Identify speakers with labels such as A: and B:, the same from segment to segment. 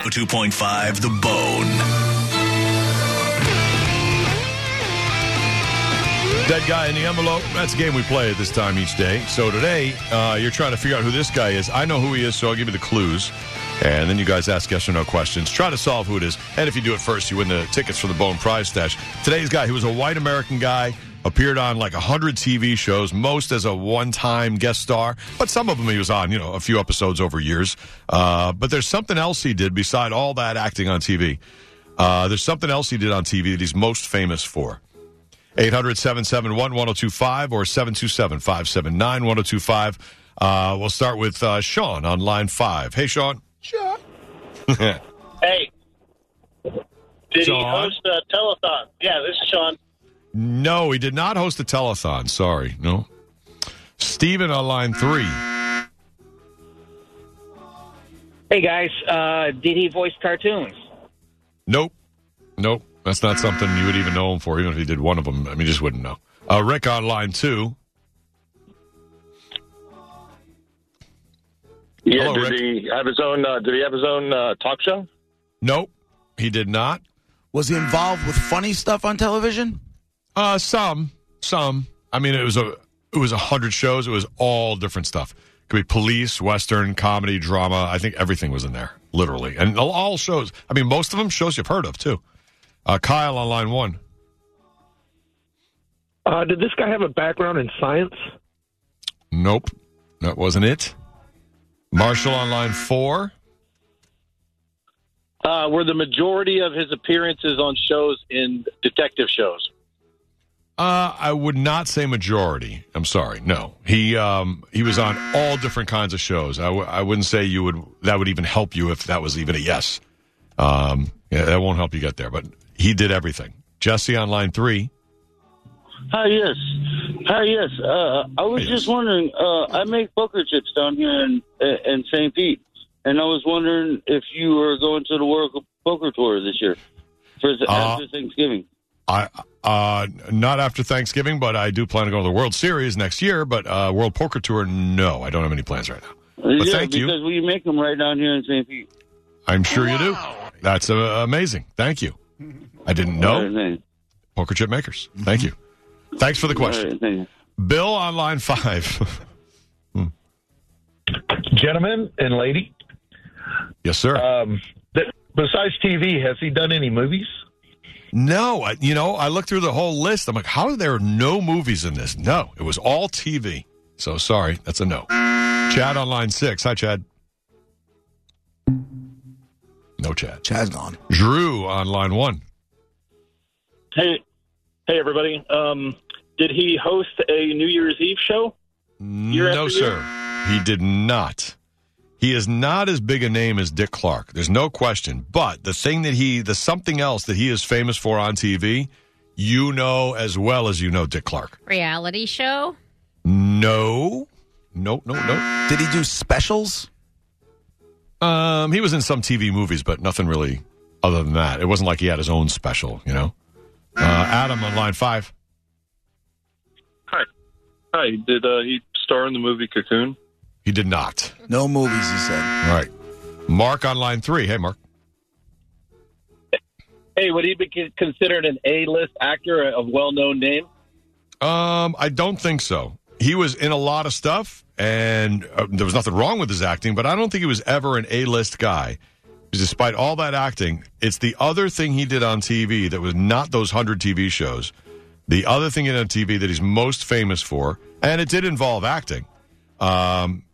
A: 2.5 The Bone.
B: Dead guy in the envelope. That's a game we play at this time each day. So today, uh, you're trying to figure out who this guy is. I know who he is, so I'll give you the clues. And then you guys ask yes or no questions. Try to solve who it is. And if you do it first, you win the tickets for the Bone Prize Stash. Today's guy, he was a white American guy, appeared on like 100 TV shows, most as a one time guest star, but some of them he was on, you know, a few episodes over years. Uh, but there's something else he did beside all that acting on TV. Uh, there's something else he did on TV that he's most famous for. 800 771 1025 or 727 579 1025. We'll start with oh uh, Sean on line five. Hey, Sean.
C: Sure.
B: Did
C: Hey. Did
B: Sean?
C: he host
D: uh,
C: a telethon? Yeah, this is Sean.
B: No, he did not host a telethon. Sorry. No. Steven on line three.
E: Hey guys, uh, did he voice cartoons?
B: Nope. Nope. That's not something you would even know him for, even if he did one of them. I mean, you just wouldn't know. Uh, Rick on line two.
D: Yeah,
B: Hello,
D: did
B: Rick.
D: he have his own? Uh, did he have his own uh, talk show?
B: Nope. He did not.
F: Was he involved with funny stuff on television?
B: Uh, some, some. I mean, it was a it was a hundred shows. It was all different stuff. Could be police, western, comedy, drama. I think everything was in there, literally, and all- all shows. I mean, most of them shows you've heard of too. Uh, Kyle on line one.
G: Uh, did this guy have a background in science?
B: Nope, that wasn't it. Marshall on line four.
D: Uh, were the majority of his appearances on shows in detective shows?
B: Uh, I would not say majority. I'm sorry. No, he um, he was on all different kinds of shows. I, w- I wouldn't say you would that would even help you if that was even a yes. Um, yeah, that won't help you get there. But he did everything. Jesse on line three.
H: Hi, Ah, yes. Hi, yes. Uh, I was
B: Yes.
H: just wondering. Uh, I make poker chips down here in uh, in St. Pete, and I was wondering if you were going to the World Poker Tour this year for the,
B: Uh,
H: after Thanksgiving.
B: I uh, not after Thanksgiving, but I do plan to go to the World Series next year. But uh, World Poker Tour, no, I don't have any plans right now.
H: yeah,
B: thank you.
H: because we make them right down here in St. Pete.
B: I'm sure you do. That's uh, amazing. Thank you. I didn't
H: All
B: know
H: right, thank you.
B: poker chip makers. Thank you. Thanks for the
H: All
B: question.
H: right, thank you.
B: Bill on line five.
G: Gentlemen and lady,
B: yes, sir.
G: um, that, besides TV, has he done any movies?
B: no, I, you know, I looked through the whole list. I'm like, how are there no movies in this? No, it was all TV. So sorry, that's a no. Chad on line six. Hi, Chad. No, Chad.
F: Chad's gone.
B: Drew on line one.
C: Hey, hey everybody. Um, did he host a New Year's Eve show? Year
B: no,
C: after
B: sir. He did not. He is not as big a name as Dick Clark. There's no question. But the thing that he, the something else that he is famous for on TV, you know as well as you know Dick Clark.
I: Reality show?
B: No, no, no, no.
F: Did he do specials?
B: Um, he was in some TV movies, but nothing really other than that. It wasn't like he had his own special, you know. Uh, Adam on line five.
D: Hi, did uh, he star in the movie Cocoon?
B: He did not.
F: No movies, he said.
B: All right. Mark on line three. Hey, Mark.
E: Hey, would he be considered an A-list actor of well-known name?
B: Um, I don't think so. He was in a lot of stuff, and uh, there was nothing wrong with his acting, but I don't think he was ever an A-list guy. Despite all that acting, it's the other thing he did on TV that was not those hundred TV shows. The other thing he did on TV that he's most famous for, and it did involve acting, um,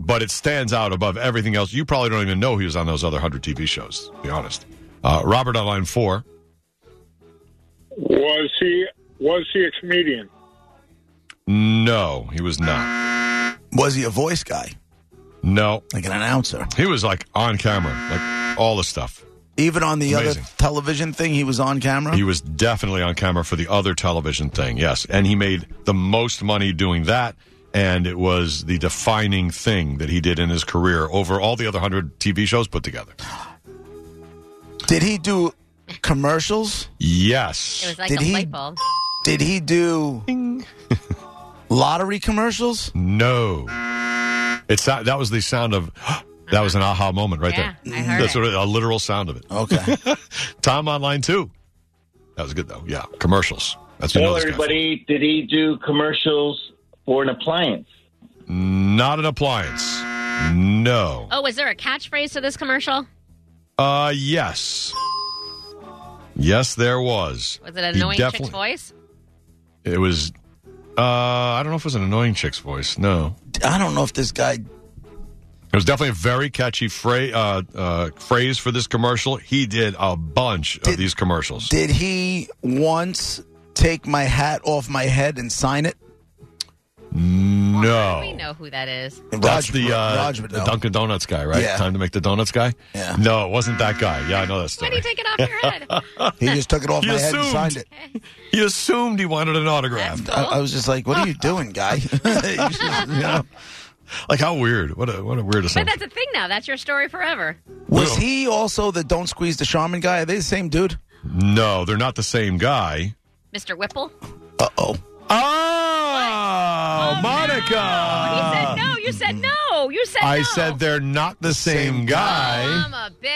B: but it stands out above everything else. You probably don't even know he was on those other hundred TV shows. To be honest, uh, Robert on line four.
G: Was he was he a comedian?
B: No, he was not.
F: Was he a voice guy?
B: No,
F: Like an announcer?
B: He was like on camera, like all the stuff.
F: Even on the
B: Amazing.
F: other television thing, he was on camera.
B: He was definitely on camera for the other television thing, yes. And he made the most money doing that. And it was the defining thing that he did in his career over all the other 100 TV shows put together.
F: Did he do commercials?
B: Yes.
I: It was like
F: Did
I: a
F: he-
I: light bulb.
F: Did he do lottery commercials?
B: No. It's that, that was the sound of that was an aha moment right
I: Yeah,
B: there.
I: I heard
B: That's
I: it.
B: a, a literal sound of it.
F: Okay.
B: Tom online too. That was good though. Yeah, commercials. That's what you know
J: Hello,
B: this guy for.
J: everybody. Did he do commercials for an appliance?
B: Not an appliance. No.
I: Oh, was there a catchphrase to this commercial?
B: Uh yes. Yes, there was.
I: Was it an
B: He
I: annoying
B: definitely-
I: chick's voice?
B: It was. Uh, I don't know if it was an annoying chick's voice. No,
F: I don't know if this guy.
B: it was definitely a very catchy phrase. Uh, uh, phrase for this commercial. He did a bunch of these commercials.
F: Did he once take my hat off my head and sign it?
B: no,
I: We know who that is.
B: that's
F: Raj-
B: the uh,
F: Raj would
B: the
F: know.
B: Dunkin' Donuts guy, right?
F: Yeah.
B: Time to make the donuts guy.
F: Yeah.
B: No, it wasn't that guy. Yeah, I know that
I: Why do
B: story.
I: you take it off your head?
F: He just took it off
B: He
F: my head and signed it.
B: He assumed he wanted an autograph.
F: I, I was just like, "What are you doing, guy?"
B: yeah. Like how weird? What a what a weird
I: But
B: assumption.
I: that's a thing now. That's your story forever.
F: Was he also the "Don't squeeze the shaman" guy? Are they the same dude?
B: No, they're not the same guy.
I: Mr. Whipple?
F: Uh oh.
B: Oh, Monica.
I: you said no. You said no. You said
B: I
I: no.
B: said they're not the same, guy.
I: I'm a bitch.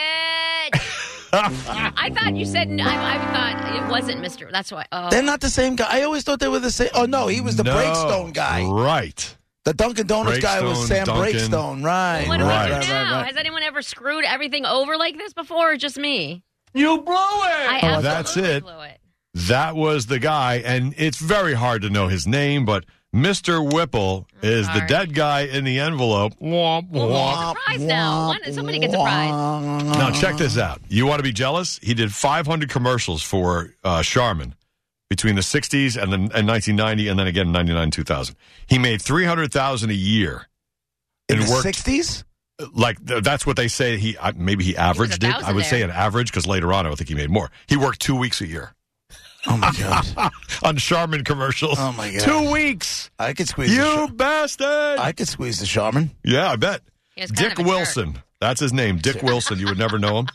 I: I thought you said no. I, I thought it wasn't Mr. That's why. Oh.
F: They're not the same guy. I always thought they were the same. Oh no, he was the
B: No.
F: Breakstone guy.
B: Right.
F: The Dunkin' Donuts guy was
B: Breakstone,
F: Sam
B: Dunkin'.
F: Breakstone, right?
I: what do
F: right,
I: we
F: right,
I: do now?
F: right, right.
I: Has anyone ever screwed everything over like this before, or just me?
J: You blew it.
I: I
B: Oh,
I: absolutely
B: that's it.
I: blew it.
B: That was the guy, and it's very hard to know his name, but Mr. Whipple is the
I: sorry.
B: dead guy in the envelope. Womp, womp.
I: Surprise now. One, somebody gets a prize.
F: Uh,
B: Now,
F: Uh-huh.
B: check this out. You want to be jealous? He did 500 commercials for uh, Charmin between the 60s and, the, and 1990, and then again 99 2000. He made 300000 a year.
F: In
B: It
F: the
B: worked. uh,
F: sixties,
B: like th- that's what they say he I- maybe he averaged it.
I: thousand
B: I would say
I: there.
B: an average because later on I would think he made more. He worked two weeks a year
F: oh my god,
B: on Charmin commercials.
F: Oh, my God.
B: Two weeks,
F: I could squeeze. the
B: you
F: sha-
B: bastard!
F: I could squeeze the shaman.
B: yeah, I bet.
I: He was kind
B: Dick
I: of a jerk.
B: Wilson, that's his name. Dick Wilson. You would never know him.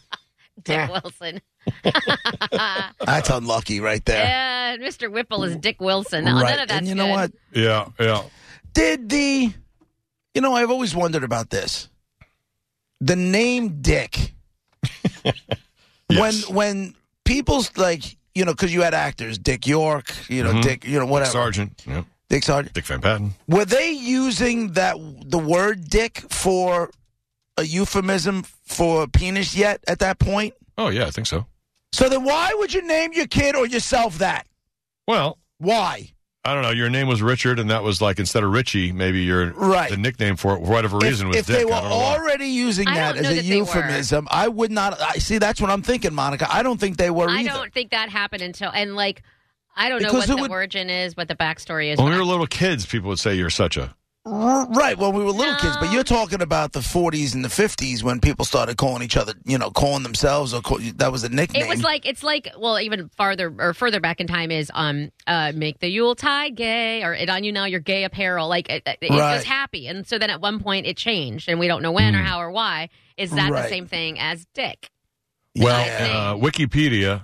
I: Dick Wilson.
F: That's unlucky, right there.
I: And Mr. Uh, Whipple is Dick Wilson. Now,
F: right,
I: None of that's
F: and you know
I: good.
F: what?
B: Yeah, yeah.
F: Did the, you know, I've always wondered about this. The name Dick.
B: Yes.
F: When when people's like you know because you had actors Dick York, you know
B: Mhm.
F: Dick, you know whatever
B: Sergeant, yeah.
F: Dick Sargent.
B: Dick Van Patten.
F: Were they using that the word "dick" for a euphemism for penis yet at that point?
B: Oh yeah, I think so.
F: So then, why would you name your kid or yourself that?
B: Well,
F: Why?
B: I don't know. Your name was Richard, and that was like instead of Richie, maybe your
F: Right.
B: the nickname for it for whatever reason
F: if,
B: was
F: if
B: Dick.
F: they were
B: I don't know why.
F: already using
I: I
F: that
I: don't
F: as
I: know
F: a
I: that they were.
F: euphemism, I would not. I see. That's what I'm thinking, Monica. I don't think they were
I: I
F: either.
I: don't think that happened until and like I don't
F: Because
I: know
F: it
I: what the
F: would-
I: origin is, what the backstory is.
B: when we
I: but
B: were little kids, people would say you're such a
F: R- Right when we were little kids, but
I: No.
F: you're talking about the 40s and the 50s when people started calling each other, you know, calling themselves or call, that was a nickname.
I: It was like it's like well, even farther or further back in time is um uh make the Yuletide gay or it on you now your gay apparel like it, it- it's
F: Right.
I: just happy and so then at one point it changed and we don't know when or how or why is that
F: Right.
I: the same thing as Dick?
B: Well,
I: Yeah.
B: uh, Wikipedia,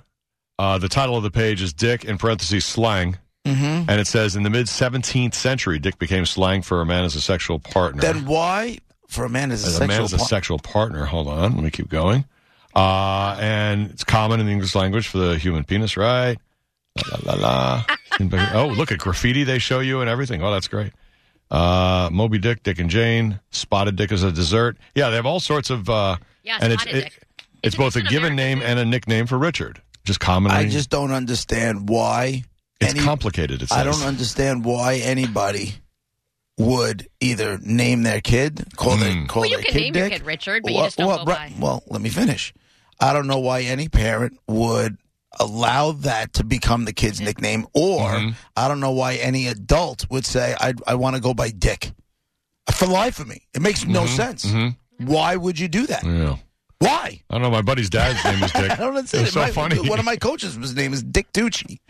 B: uh, the title of the page is Dick in parentheses slang,
F: hmm
B: and it says in the mid 17th century, Dick became slang for a man as a sexual partner.
F: Then why, for a man as a
B: as a
F: sexual
B: man as a
F: part-
B: sexual partner. Hold on, let me keep going. Uh, and it's common in the English language for the human penis, right? La la la. la. oh, look at graffiti they show you and everything. Oh, that's great. Uh, Moby Dick, Dick and Jane, Spotted Dick as a dessert. Yeah, they have all sorts of. Uh,
I: Yeah,
B: and it's
I: Spotted Dick.
B: it's, both a
I: an
B: given
I: American
B: name
I: name.
B: and a nickname for Richard. Just commonly,
F: I just don't understand why.
B: it's
F: any-
B: complicated. It says.
F: I don't understand why anybody would either name their kid, call their
B: Mm.
F: call
I: Well, you
F: their
I: can
F: kid
I: name
F: dick,
I: your kid Richard, but you just don't go
F: right-
I: by.
F: well, let me finish. I don't know why any parent would allow that to become the kid's
I: Mm-hmm.
F: nickname, or
B: Mhm.
F: I don't know why any adult would say I I want to go by Dick. For the life of me, it makes no sense.
B: Mhm. Mm.
F: Why would you do that?
B: Yeah.
F: Why?
B: I don't know. My buddy's dad's name is Dick.
F: I don't understand.
B: It's so
F: My-
B: funny.
F: One of my coaches, his name is Dick Ducci.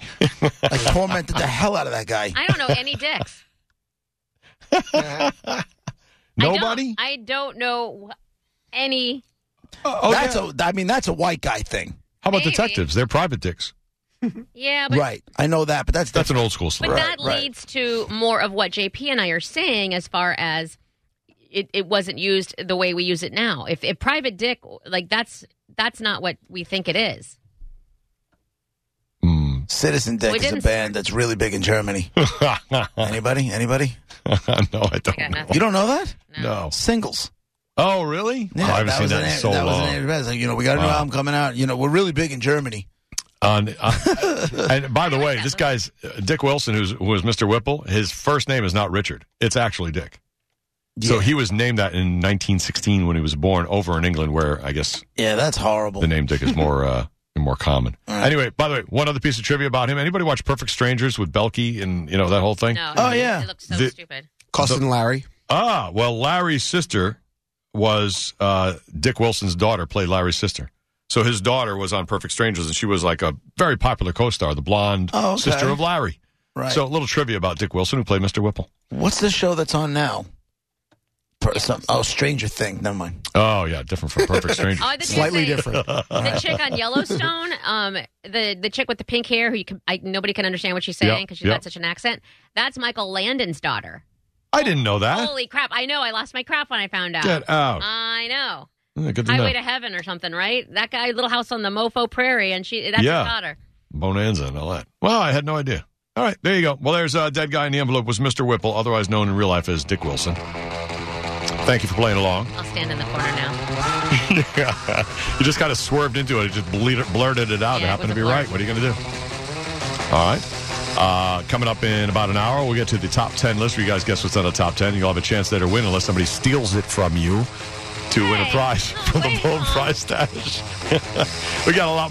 F: I tormented the hell out of that guy.
I: I don't know any dicks.
B: Nobody?
I: I don't, I don't know wh- any.
B: Oh,
F: that's a. I mean, that's a white guy thing.
B: How about
I: Maybe.
B: detectives? They're private dicks.
I: Yeah, but
F: right. I know that, but that's
B: That's an old school
I: But
B: story.
I: that leads to more of what JP and I are saying as far as it, it wasn't used the way we use it now. If, if private dick, like that's that's not what we think it is.
F: Citizen
I: We
F: Dick is a
I: didn't-
F: band that's really big in Germany. Anybody? Anybody?
B: no, I don't.
F: You don't know that?
B: No.
F: Singles.
B: Oh, really?
F: Yeah,
B: Oh, I haven't
F: that
B: seen
F: was
B: that
F: an
B: in
F: ad-
B: so
F: that Was
B: long.
F: an ad- it was like, you know, we got a new
B: Wow.
F: album coming out. You know, we're really big in Germany.
B: On, on- and by the way, this guy's uh, Dick Wilson, who's who was Mr. Whipple. His first name is not Richard; it's actually Dick. So he was named that in 1916 when he was born over in England, where I guess
F: Yeah, that's horrible.
B: the name Dick is more uh, more common. Anyway, by the way, one other piece of trivia about him: anybody watch Perfect Strangers with Belky and you know that whole thing?
I: No.
F: Oh, yeah.
I: It looks so
B: The-
I: stupid.
K: Costin Larry.
B: Ah, well, Larry's sister was uh, Dick Wilson's daughter, played Larry's sister. So his daughter was on Perfect Strangers, and she was like a very popular co star, the blonde
F: Oh, okay.
B: sister of Larry.
F: Right.
B: So a little trivia about Dick Wilson, who played Mr. Whipple.
F: What's the show that's on now? Per, some, oh, Stranger Thing. Never mind.
B: Oh, yeah, different from Perfect Strangers.
I: Oh, I thought you
F: Slightly
I: were
F: different.
I: The chick on Yellowstone, um, the the chick with the pink hair, who you can, I, nobody can understand what she's saying
B: Yep,
I: because she's
B: yep.
I: got such an accent. That's Michael Landon's daughter.
B: I didn't know that.
I: Holy Uh, crap! I know. I lost my crap when I found out.
B: Get out.
I: I know.
B: Yeah, good to know.
I: Highway to Heaven or something, right? That guy, Little House on the Mofo Prairie, and she—that's
B: Yeah.
I: his daughter.
B: Bonanza and all that. Well, I had no idea. All right, there you go. Well, there's uh, Dead Guy in the Envelope was Mr. Whipple, otherwise known in real life as Dick Wilson. Thank you for playing along.
I: I'll stand in the corner now.
B: you just kind of swerved into it. It just blurted, blurted it out. it
I: Yeah, it
B: happened
I: was
B: to be
I: a blur.
B: right. What are you going to do? All right. Uh, coming up in about an hour, we'll get to the top 10 list. You guys guess what's on the top 10. You'll have a chance there to win unless somebody steals it from you to win a prize from the Bull Prize Stash. we got a lot more.